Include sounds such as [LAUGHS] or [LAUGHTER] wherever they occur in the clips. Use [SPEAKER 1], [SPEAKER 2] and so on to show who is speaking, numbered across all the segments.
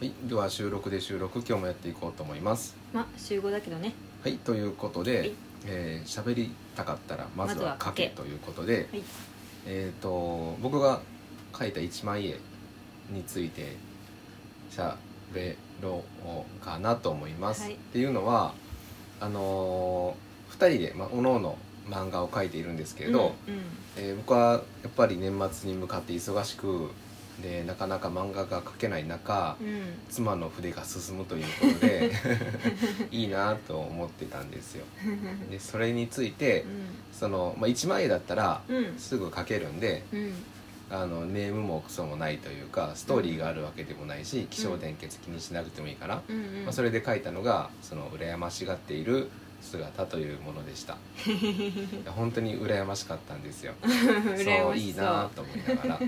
[SPEAKER 1] はい、では収録で収録今日もやっていこうと思います。
[SPEAKER 2] まあ集合だけどね
[SPEAKER 1] はい、ということで、
[SPEAKER 2] はい
[SPEAKER 1] えー喋りたかったらまずは
[SPEAKER 2] まずは
[SPEAKER 1] 書
[SPEAKER 2] 書
[SPEAKER 1] け
[SPEAKER 2] け
[SPEAKER 1] ということで、
[SPEAKER 2] はい
[SPEAKER 1] えっ、と僕が書いた一枚絵について喋ろうかなと思います。
[SPEAKER 2] はい
[SPEAKER 1] っていうのはあのー、2人で、まあ、おのの漫画を描いているんですけれど、
[SPEAKER 2] うんうん
[SPEAKER 1] えー僕はやっぱり年末に向かって忙しくでなかなか漫画が描けない中、
[SPEAKER 2] うん
[SPEAKER 1] 妻の筆が進むということ
[SPEAKER 2] [LAUGHS]
[SPEAKER 1] でいいなと思ってたんですよでそれについてその、まあ、1枚絵だったら
[SPEAKER 2] うんうん
[SPEAKER 1] すぐ描けるんで
[SPEAKER 2] うん
[SPEAKER 1] あのネームもクソもないというかストーリーがあるわけでもないし気象点結気にしなくてもいいかな、
[SPEAKER 2] うん
[SPEAKER 1] まあ、それで描いたのがその羨ましがっている姿というものでした
[SPEAKER 2] [LAUGHS]
[SPEAKER 1] いや本当に羨ましかったんですよ
[SPEAKER 2] 羨
[SPEAKER 1] そう
[SPEAKER 2] ま
[SPEAKER 1] い
[SPEAKER 2] し
[SPEAKER 1] い
[SPEAKER 2] そう
[SPEAKER 1] なと思いながら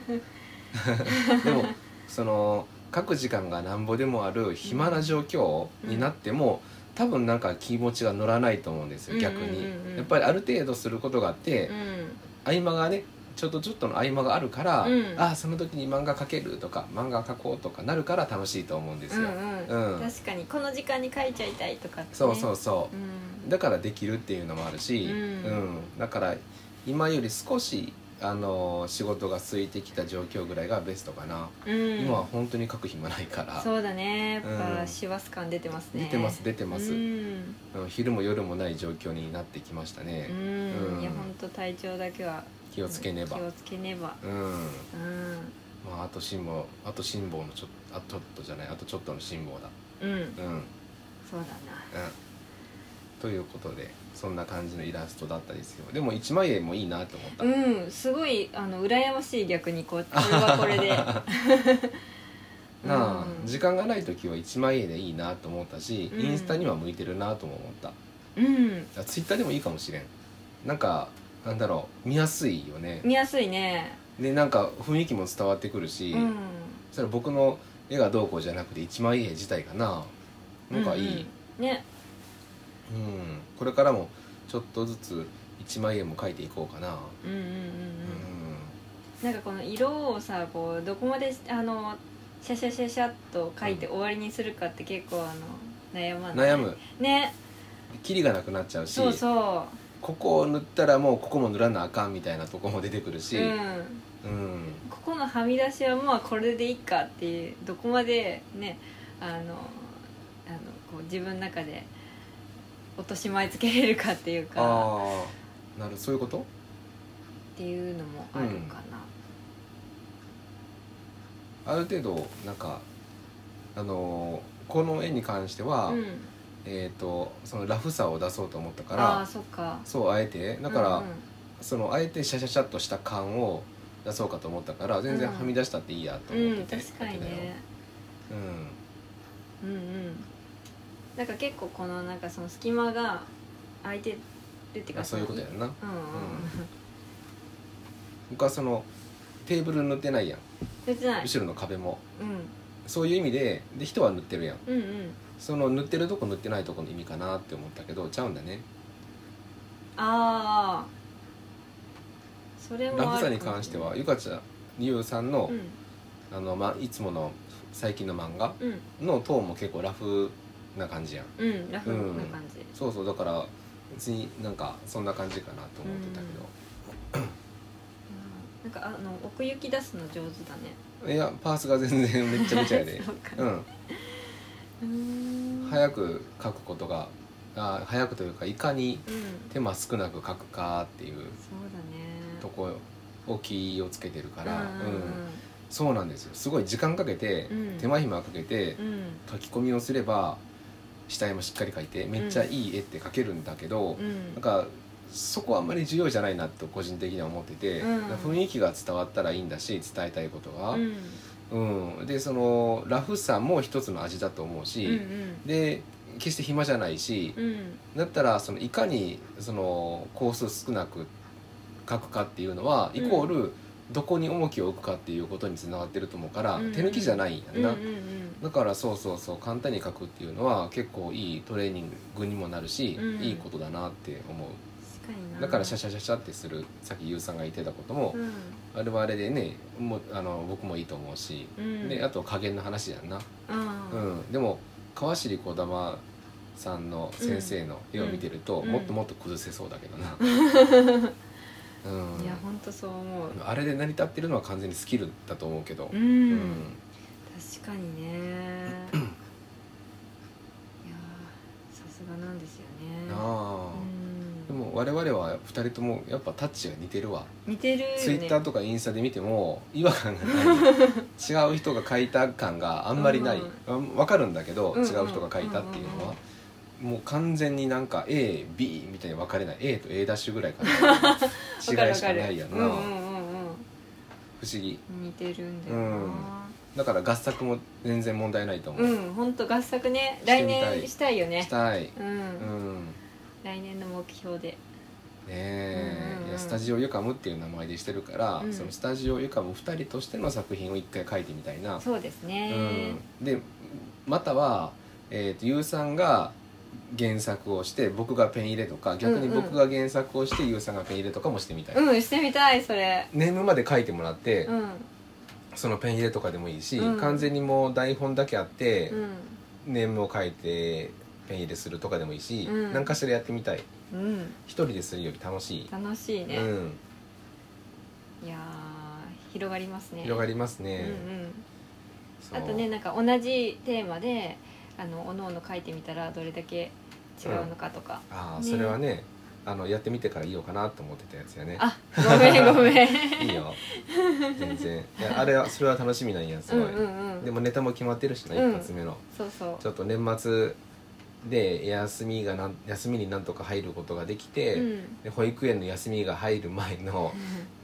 [SPEAKER 1] でもその書く時間がなんぼでもある暇な状況になっても、多分なんか気持ちが乗らないと思うんですよ逆に、
[SPEAKER 2] うんうんうん
[SPEAKER 1] やっぱりある程度することがあって
[SPEAKER 2] う、ん
[SPEAKER 1] 合間がねちょっとちょっとの合間があるから、
[SPEAKER 2] うん
[SPEAKER 1] ああその時に漫画描けるとか漫画描こうとかなるから楽しいと思うんですよ、
[SPEAKER 2] う
[SPEAKER 1] うんん
[SPEAKER 2] うん確かにこの時間に書いちゃいたいとかってね
[SPEAKER 1] そうそうそう
[SPEAKER 2] う、ん
[SPEAKER 1] だからできるっていうのもあるし、
[SPEAKER 2] うん
[SPEAKER 1] うんだから今より少しあの仕事が空いてきた状況ぐらいがベストかな、
[SPEAKER 2] うん
[SPEAKER 1] 今は本当に書く暇ないから、
[SPEAKER 2] そうだねやっ
[SPEAKER 1] う
[SPEAKER 2] ぱ
[SPEAKER 1] ん
[SPEAKER 2] 師走感出てますね
[SPEAKER 1] 出てます出てます、
[SPEAKER 2] う
[SPEAKER 1] うん
[SPEAKER 2] ん
[SPEAKER 1] 昼も夜もない状況になってきましたね
[SPEAKER 2] う、
[SPEAKER 1] うん
[SPEAKER 2] んいや本当体調だけは
[SPEAKER 1] 気をつけねば
[SPEAKER 2] 気をつけねば
[SPEAKER 1] うん、
[SPEAKER 2] うん
[SPEAKER 1] まあ、あと辛抱あと辛抱のちょあちょっとじゃないあとちょっとの辛抱だ
[SPEAKER 2] うん
[SPEAKER 1] うんうん
[SPEAKER 2] そうだ
[SPEAKER 1] ということでそんな感じのイラストだったですよでも一枚絵もいいなと思った、
[SPEAKER 2] なうんすごいあの羨ましい逆にこうこれはこれで
[SPEAKER 1] なあ、
[SPEAKER 2] うん
[SPEAKER 1] 時間がない時は1枚絵でいいなと思ったし、
[SPEAKER 2] うん
[SPEAKER 1] インスタには向いてるなとも思った
[SPEAKER 2] うん
[SPEAKER 1] あツイッターでもいいかもしれんなんかなんだろう見やすいよね
[SPEAKER 2] 見やすいね
[SPEAKER 1] でなんか雰囲気も伝わってくるし、
[SPEAKER 2] うん
[SPEAKER 1] それは僕の絵がどうこうじゃなくて1枚絵自体がななんかいい、
[SPEAKER 2] うんね
[SPEAKER 1] うんこれからもちょっとずつ1枚絵も描いていこうかな
[SPEAKER 2] うんうんうんうん
[SPEAKER 1] うん、
[SPEAKER 2] なんかこの色をさこうどこまであのシャシャシャシャっと描いて
[SPEAKER 1] う
[SPEAKER 2] 終わりにするかって結構あの悩まない
[SPEAKER 1] 悩む
[SPEAKER 2] ね
[SPEAKER 1] キリがなくなっちゃうし
[SPEAKER 2] そうそ
[SPEAKER 1] ここを塗ったらもうここも塗らなあかんみたいなとこも出てくる
[SPEAKER 2] う
[SPEAKER 1] し、
[SPEAKER 2] うん
[SPEAKER 1] うん
[SPEAKER 2] ここのはみ出しはまあこれでいいかっていうどこまでねあのあのこう自分の中で落とし前つけれるかっていうか
[SPEAKER 1] ああなるそういうこと
[SPEAKER 2] っていうのもあるかな、
[SPEAKER 1] ある程度なんかあのーこの絵に関しては、
[SPEAKER 2] うん
[SPEAKER 1] えー、とそのラフさを出そうと思ったか
[SPEAKER 2] ああー
[SPEAKER 1] ら
[SPEAKER 2] そっか
[SPEAKER 1] そうあえてだから、
[SPEAKER 2] うんうん
[SPEAKER 1] そのあえてシャシャシャっとした感を出そうかと思ったから全然
[SPEAKER 2] うん
[SPEAKER 1] はみ出したっていいやと
[SPEAKER 2] う
[SPEAKER 1] 思っ
[SPEAKER 2] ん、
[SPEAKER 1] てて、
[SPEAKER 2] 確かにね
[SPEAKER 1] うん
[SPEAKER 2] うんうんなんか結構このなんかその隙間が空いてるってい
[SPEAKER 1] あ
[SPEAKER 2] うか
[SPEAKER 1] そういうことや
[SPEAKER 2] ね
[SPEAKER 1] ろな
[SPEAKER 2] うんうん
[SPEAKER 1] 僕はそのテーブル塗ってないやん
[SPEAKER 2] 塗ってない
[SPEAKER 1] 後ろの壁も
[SPEAKER 2] うん
[SPEAKER 1] そういう意味でで人は塗ってるやん
[SPEAKER 2] うんうん
[SPEAKER 1] その塗ってるとこ塗ってないとこの意味かなって思ったけどちゃうんだね
[SPEAKER 2] ああそれも
[SPEAKER 1] ラ
[SPEAKER 2] あ
[SPEAKER 1] フ
[SPEAKER 2] る
[SPEAKER 1] さに関してはゆかちゃんゆうさんの、
[SPEAKER 2] うん
[SPEAKER 1] あのまあ、いつもの最近の漫画
[SPEAKER 2] うん
[SPEAKER 1] のトーンも結構ラフな感じやん
[SPEAKER 2] うんラフな感じ、
[SPEAKER 1] そうそうだから別になんかそんな感じかなと思ってたけ
[SPEAKER 2] うんなんかあの奥行き出すの上手だね
[SPEAKER 1] ど、いやパースが全然 [LAUGHS] めっちゃめちゃやで
[SPEAKER 2] [LAUGHS] そうか
[SPEAKER 1] うん
[SPEAKER 2] うーん
[SPEAKER 1] 早く書くことがあ早くというかいかに
[SPEAKER 2] うん
[SPEAKER 1] 手間少なく書くかっていう
[SPEAKER 2] そうだね
[SPEAKER 1] とこを気をつけてるから、
[SPEAKER 2] うんうん
[SPEAKER 1] そうなんですよすごい時間かけて、
[SPEAKER 2] うん
[SPEAKER 1] 手間暇かけて、
[SPEAKER 2] うんうん
[SPEAKER 1] 書き込みをすれば下絵もしっかり描いてめっちゃいい絵って描けるんだけど、
[SPEAKER 2] うん
[SPEAKER 1] なんかそこはあんまり重要じゃないなと個人的には思ってて、
[SPEAKER 2] うん
[SPEAKER 1] 雰囲気が伝わったらいいんだし伝えたいことが、
[SPEAKER 2] うん
[SPEAKER 1] うんでそのラフさも一つの味だと思う
[SPEAKER 2] う
[SPEAKER 1] し、
[SPEAKER 2] んうん
[SPEAKER 1] で決して暇じゃないし、
[SPEAKER 2] うん
[SPEAKER 1] だったらそのいかにそのコース少なく書くかっていうのは、
[SPEAKER 2] うん
[SPEAKER 1] イコールどこに重きを置くかっていうことにつながってると思うから、
[SPEAKER 2] うん
[SPEAKER 1] 手抜きじゃないんやんな。
[SPEAKER 2] うんうん
[SPEAKER 1] だからそうそうそう簡単に書くっていうのは結構いいトレーニングにもなるし、
[SPEAKER 2] うん
[SPEAKER 1] いいことだなって思う
[SPEAKER 2] 確かにな
[SPEAKER 1] だからシャシャシャシャってするさっきゆうさんが言ってたことも、
[SPEAKER 2] うん
[SPEAKER 1] あれはあれでねもうあの僕もいいと思うし、
[SPEAKER 2] うん
[SPEAKER 1] であと加減の話やんな、
[SPEAKER 2] うん
[SPEAKER 1] うん、でも川尻児玉さんの先生の絵を見てると、
[SPEAKER 2] うん
[SPEAKER 1] もっともっと崩せそうだけど
[SPEAKER 2] [LAUGHS]
[SPEAKER 1] な、うん
[SPEAKER 2] いや本当そう思う
[SPEAKER 1] あれで成り立ってるのは完全にスキルだと思うけど
[SPEAKER 2] うん、
[SPEAKER 1] うん
[SPEAKER 2] 確かにねいやーさすがなんですよね
[SPEAKER 1] なあ
[SPEAKER 2] う、ん
[SPEAKER 1] でも我々は2人ともやっぱタッチが似てるわ、
[SPEAKER 2] 似てるよね
[SPEAKER 1] ツイッターとかインスタで見ても違和感がない違う人が書いた感があんまりない、わかるんだけど、
[SPEAKER 2] うんうん
[SPEAKER 1] 違う人が書いたっていうのは、もう完全になんか AB みたいに分かれない A と A ダッシュぐらいか
[SPEAKER 2] [LAUGHS]
[SPEAKER 1] な
[SPEAKER 2] わかる
[SPEAKER 1] 違い
[SPEAKER 2] わ
[SPEAKER 1] し
[SPEAKER 2] か
[SPEAKER 1] か
[SPEAKER 2] る
[SPEAKER 1] ないやな、
[SPEAKER 2] うんう
[SPEAKER 1] 不
[SPEAKER 2] ん
[SPEAKER 1] 思
[SPEAKER 2] うん
[SPEAKER 1] 議
[SPEAKER 2] うん似てるんだよな
[SPEAKER 1] だから合作も全然問題ないと思う、
[SPEAKER 2] うん、ほんと合作ね
[SPEAKER 1] して
[SPEAKER 2] 来
[SPEAKER 1] みたい
[SPEAKER 2] 年したいよね
[SPEAKER 1] したい、
[SPEAKER 2] うん、
[SPEAKER 1] うんね
[SPEAKER 2] 来年の目標で
[SPEAKER 1] え、
[SPEAKER 2] うんうんうん
[SPEAKER 1] いやスタジオユカムっていう名前でしてるから、
[SPEAKER 2] うん
[SPEAKER 1] そのスタジオユカム2人としての作品を一回書いてみたいな
[SPEAKER 2] そうですね、
[SPEAKER 1] うん、でまたは、えー、とゆうさんが原作をして僕がペン入れとか逆に
[SPEAKER 2] うんうん
[SPEAKER 1] 僕が原作をしてゆうさんがペン入れとかもしてみたい、
[SPEAKER 2] うん、してみたいそれ
[SPEAKER 1] ネームまで書いてもらって、
[SPEAKER 2] うん
[SPEAKER 1] そのペン入れとかでもいいし、
[SPEAKER 2] うん
[SPEAKER 1] 完全にもう台本だけあって、
[SPEAKER 2] う
[SPEAKER 1] ネームを書いてペン入れするとかでもいいし、
[SPEAKER 2] うん
[SPEAKER 1] 何かしらやってみたい
[SPEAKER 2] ん、うん、
[SPEAKER 1] 一人でするより楽しい、
[SPEAKER 2] 楽しいね、
[SPEAKER 1] うん、
[SPEAKER 2] いやー広がりますね
[SPEAKER 1] 広がります
[SPEAKER 2] う
[SPEAKER 1] ね、
[SPEAKER 2] んうん
[SPEAKER 1] そう
[SPEAKER 2] あとねなんか同じテーマであのおのおの書いてみたらどれだけ違うのかとか、
[SPEAKER 1] ああ
[SPEAKER 2] ね
[SPEAKER 1] それはねあのやってみてからいいようかなと思ってたやつやね
[SPEAKER 2] あごめんごめん
[SPEAKER 1] いいよ全然いやあれ [LAUGHS] はそれは楽しみなんやす
[SPEAKER 2] うん
[SPEAKER 1] ごい、
[SPEAKER 2] うんうん
[SPEAKER 1] でもネタも決まってるしな、
[SPEAKER 2] うん
[SPEAKER 1] 一発目の
[SPEAKER 2] そうそう
[SPEAKER 1] ちょっと年末で休みがなん休みになんとか入ることができて、
[SPEAKER 2] うん
[SPEAKER 1] で保育園の休みが入る前の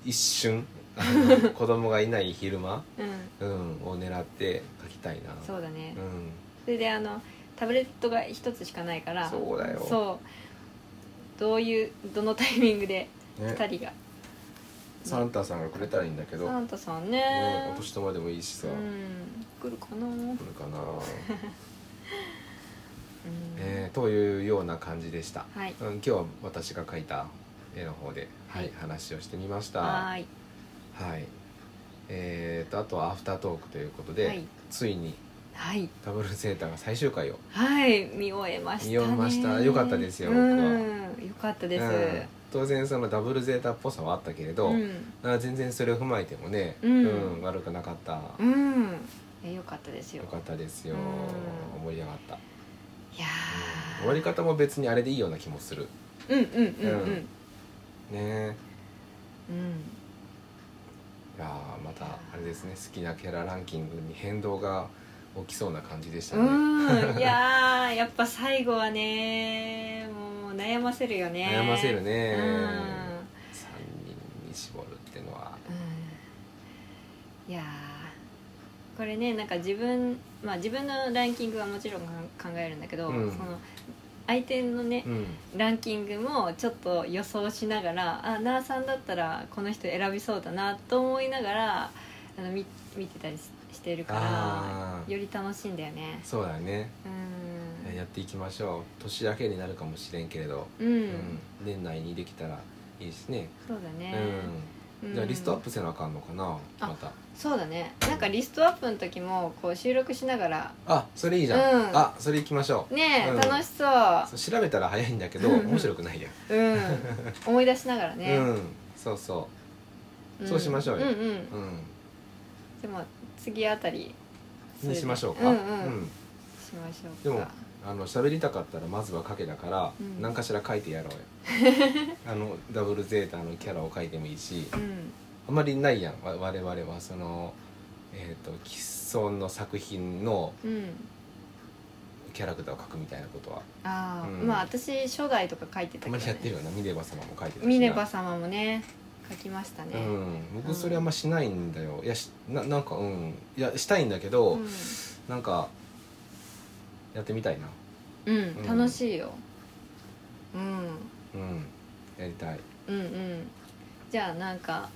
[SPEAKER 1] 一瞬あ
[SPEAKER 2] [LAUGHS]
[SPEAKER 1] の子供がいない昼間、
[SPEAKER 2] うん
[SPEAKER 1] うん、を狙って書きたいな
[SPEAKER 2] そうだね、
[SPEAKER 1] ん、
[SPEAKER 2] それであのタブレットが一つしかないから
[SPEAKER 1] そうだよ
[SPEAKER 2] そうどういうどのタイミングで
[SPEAKER 1] ね
[SPEAKER 2] 2人が
[SPEAKER 1] サンタさんがくれたらいいんだけど、
[SPEAKER 2] サ
[SPEAKER 1] ね、
[SPEAKER 2] ンタさんね
[SPEAKER 1] お年玉でもいいしさ、
[SPEAKER 2] う
[SPEAKER 1] こ
[SPEAKER 2] ん来るかな、うん
[SPEAKER 1] れかな、えーというような感じでした
[SPEAKER 2] はい
[SPEAKER 1] うん、今日は私が描いた絵の方で、はい
[SPEAKER 2] はい
[SPEAKER 1] 話をしてみました
[SPEAKER 2] は
[SPEAKER 1] は
[SPEAKER 2] ーい
[SPEAKER 1] いえー、とあとはアフタートークということで、
[SPEAKER 2] はい
[SPEAKER 1] ついに
[SPEAKER 2] はい
[SPEAKER 1] ダブルゼータが最終回を
[SPEAKER 2] はい見終えましたね
[SPEAKER 1] 見終えましたよかったですよ僕は
[SPEAKER 2] うんよかったです、
[SPEAKER 1] うん当然そのダブルゼータっぽさはあったけれど、
[SPEAKER 2] うん
[SPEAKER 1] あ全然それを踏まえてもね、
[SPEAKER 2] うん
[SPEAKER 1] ん悪くなかった、
[SPEAKER 2] うんえよかったですよ
[SPEAKER 1] よかったですよ、
[SPEAKER 2] うん
[SPEAKER 1] 盛り上がった、うん
[SPEAKER 2] いやー
[SPEAKER 1] 終わり方も別にあれでいいような気もする
[SPEAKER 2] うんうんうんうん
[SPEAKER 1] ね
[SPEAKER 2] うん
[SPEAKER 1] いやーまたあれですね好きなキャラランキングに変動が起きそうな感じでしたね、
[SPEAKER 2] うんいやーやっぱ最後はねもう悩ませるよね
[SPEAKER 1] 悩ませる
[SPEAKER 2] う
[SPEAKER 1] ね、
[SPEAKER 2] ん、
[SPEAKER 1] 三人に絞るってのは
[SPEAKER 2] うん、いやーこれねなんか自分まあ自分のランキングはもちろん考えるんだけど、
[SPEAKER 1] うん
[SPEAKER 2] その相手のね
[SPEAKER 1] う、ん
[SPEAKER 2] ランキングもちょっと予想しながらあなあさんだったらこの人選びそうだなと思いながらあの見見てたりししてるか
[SPEAKER 1] あ
[SPEAKER 2] らより楽しいんだよね
[SPEAKER 1] ーそうだね
[SPEAKER 2] うん
[SPEAKER 1] やっていきましょう年明けになるかもしれんけれど、
[SPEAKER 2] うん、
[SPEAKER 1] うん年内にできたらいいしね、
[SPEAKER 2] そうだね、う
[SPEAKER 1] うんんじゃあリストアップせなあかんのかな
[SPEAKER 2] あ
[SPEAKER 1] また
[SPEAKER 2] そうだねなんかリストアップの時もこう収録しながら
[SPEAKER 1] あそれいいじゃん、
[SPEAKER 2] うん
[SPEAKER 1] あそれ行きましょう
[SPEAKER 2] ねえ、
[SPEAKER 1] うん
[SPEAKER 2] 楽しそ
[SPEAKER 1] そ
[SPEAKER 2] う
[SPEAKER 1] う調べたら早いんだけど
[SPEAKER 2] うん
[SPEAKER 1] 面白くないや、 [LAUGHS]
[SPEAKER 2] うん、思い出しながらね、
[SPEAKER 1] うんそうそ
[SPEAKER 2] ん
[SPEAKER 1] そうしましょうよ
[SPEAKER 2] んうん
[SPEAKER 1] ううん
[SPEAKER 2] でも次あたりそれ
[SPEAKER 1] に
[SPEAKER 2] で
[SPEAKER 1] しましょうか、
[SPEAKER 2] うんうん
[SPEAKER 1] ん
[SPEAKER 2] しましょうか
[SPEAKER 1] でもあの喋りたかったらまずは賭けだから、
[SPEAKER 2] うん
[SPEAKER 1] 何かしら書いてや
[SPEAKER 2] [LAUGHS]
[SPEAKER 1] ろうよあのダブルゼータのキャラを書いてもいいし
[SPEAKER 2] うん
[SPEAKER 1] あんまりないやんわ我々はそのえっ、と既存の作品の
[SPEAKER 2] うん
[SPEAKER 1] キャラクターを書くみたいなことは
[SPEAKER 2] ああ、
[SPEAKER 1] うん
[SPEAKER 2] まあ私初代とか書いて
[SPEAKER 1] た
[SPEAKER 2] たけ
[SPEAKER 1] ま
[SPEAKER 2] ど、
[SPEAKER 1] にやって
[SPEAKER 2] ね、
[SPEAKER 1] るよなミネバ様も書いてたしな
[SPEAKER 2] ミネバ様もね書きましたね
[SPEAKER 1] う、ん僕それあんましないんだよいやしななんかうんいやしたいんだけど、
[SPEAKER 2] うん
[SPEAKER 1] なんかやってみたいな
[SPEAKER 2] うん
[SPEAKER 1] うん
[SPEAKER 2] 楽しいよ、うん、
[SPEAKER 1] うんやりたい
[SPEAKER 2] うんうんじゃあなんか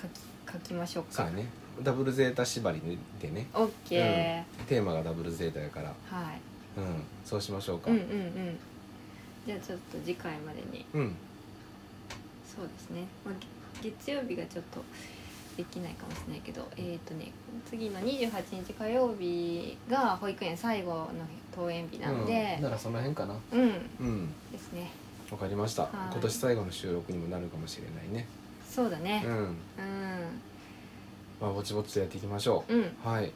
[SPEAKER 2] 書き書きましょう
[SPEAKER 1] そう
[SPEAKER 2] か
[SPEAKER 1] やねダブルゼータ縛りでね
[SPEAKER 2] オッケー、
[SPEAKER 1] テーマがダブルゼータやから
[SPEAKER 2] は
[SPEAKER 1] う
[SPEAKER 2] い
[SPEAKER 1] ん、そうしましょうか。
[SPEAKER 2] うんうんうんじゃあちょっと次回までに
[SPEAKER 1] うん、
[SPEAKER 2] そうですね、まあ、げ月曜日がちょっとできないかもしれないけどえっ、とね次の28日火曜日が保育園最後の登園日なんで
[SPEAKER 1] うん、ならその辺かな
[SPEAKER 2] うん、
[SPEAKER 1] うん
[SPEAKER 2] ですね
[SPEAKER 1] わかりました
[SPEAKER 2] はい
[SPEAKER 1] 今年最後の収録にもなるかもしれないね
[SPEAKER 2] そうだね
[SPEAKER 1] うんまあぼちぼちとやっていきましょ
[SPEAKER 2] うん、うん、
[SPEAKER 1] うはい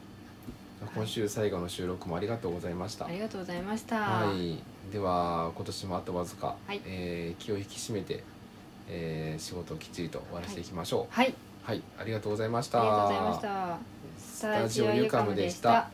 [SPEAKER 1] 今週最後の収録もありがとうございました
[SPEAKER 2] ありがとうございました、
[SPEAKER 1] はい、では今年もあとわずか、
[SPEAKER 2] はい
[SPEAKER 1] えー気を引き締めて、えー仕事をきっちりと終わらせていきましょ
[SPEAKER 2] はい、
[SPEAKER 1] う。はい、ありがとうございました。
[SPEAKER 2] ありがとうございました。
[SPEAKER 1] スタジオユカムでした。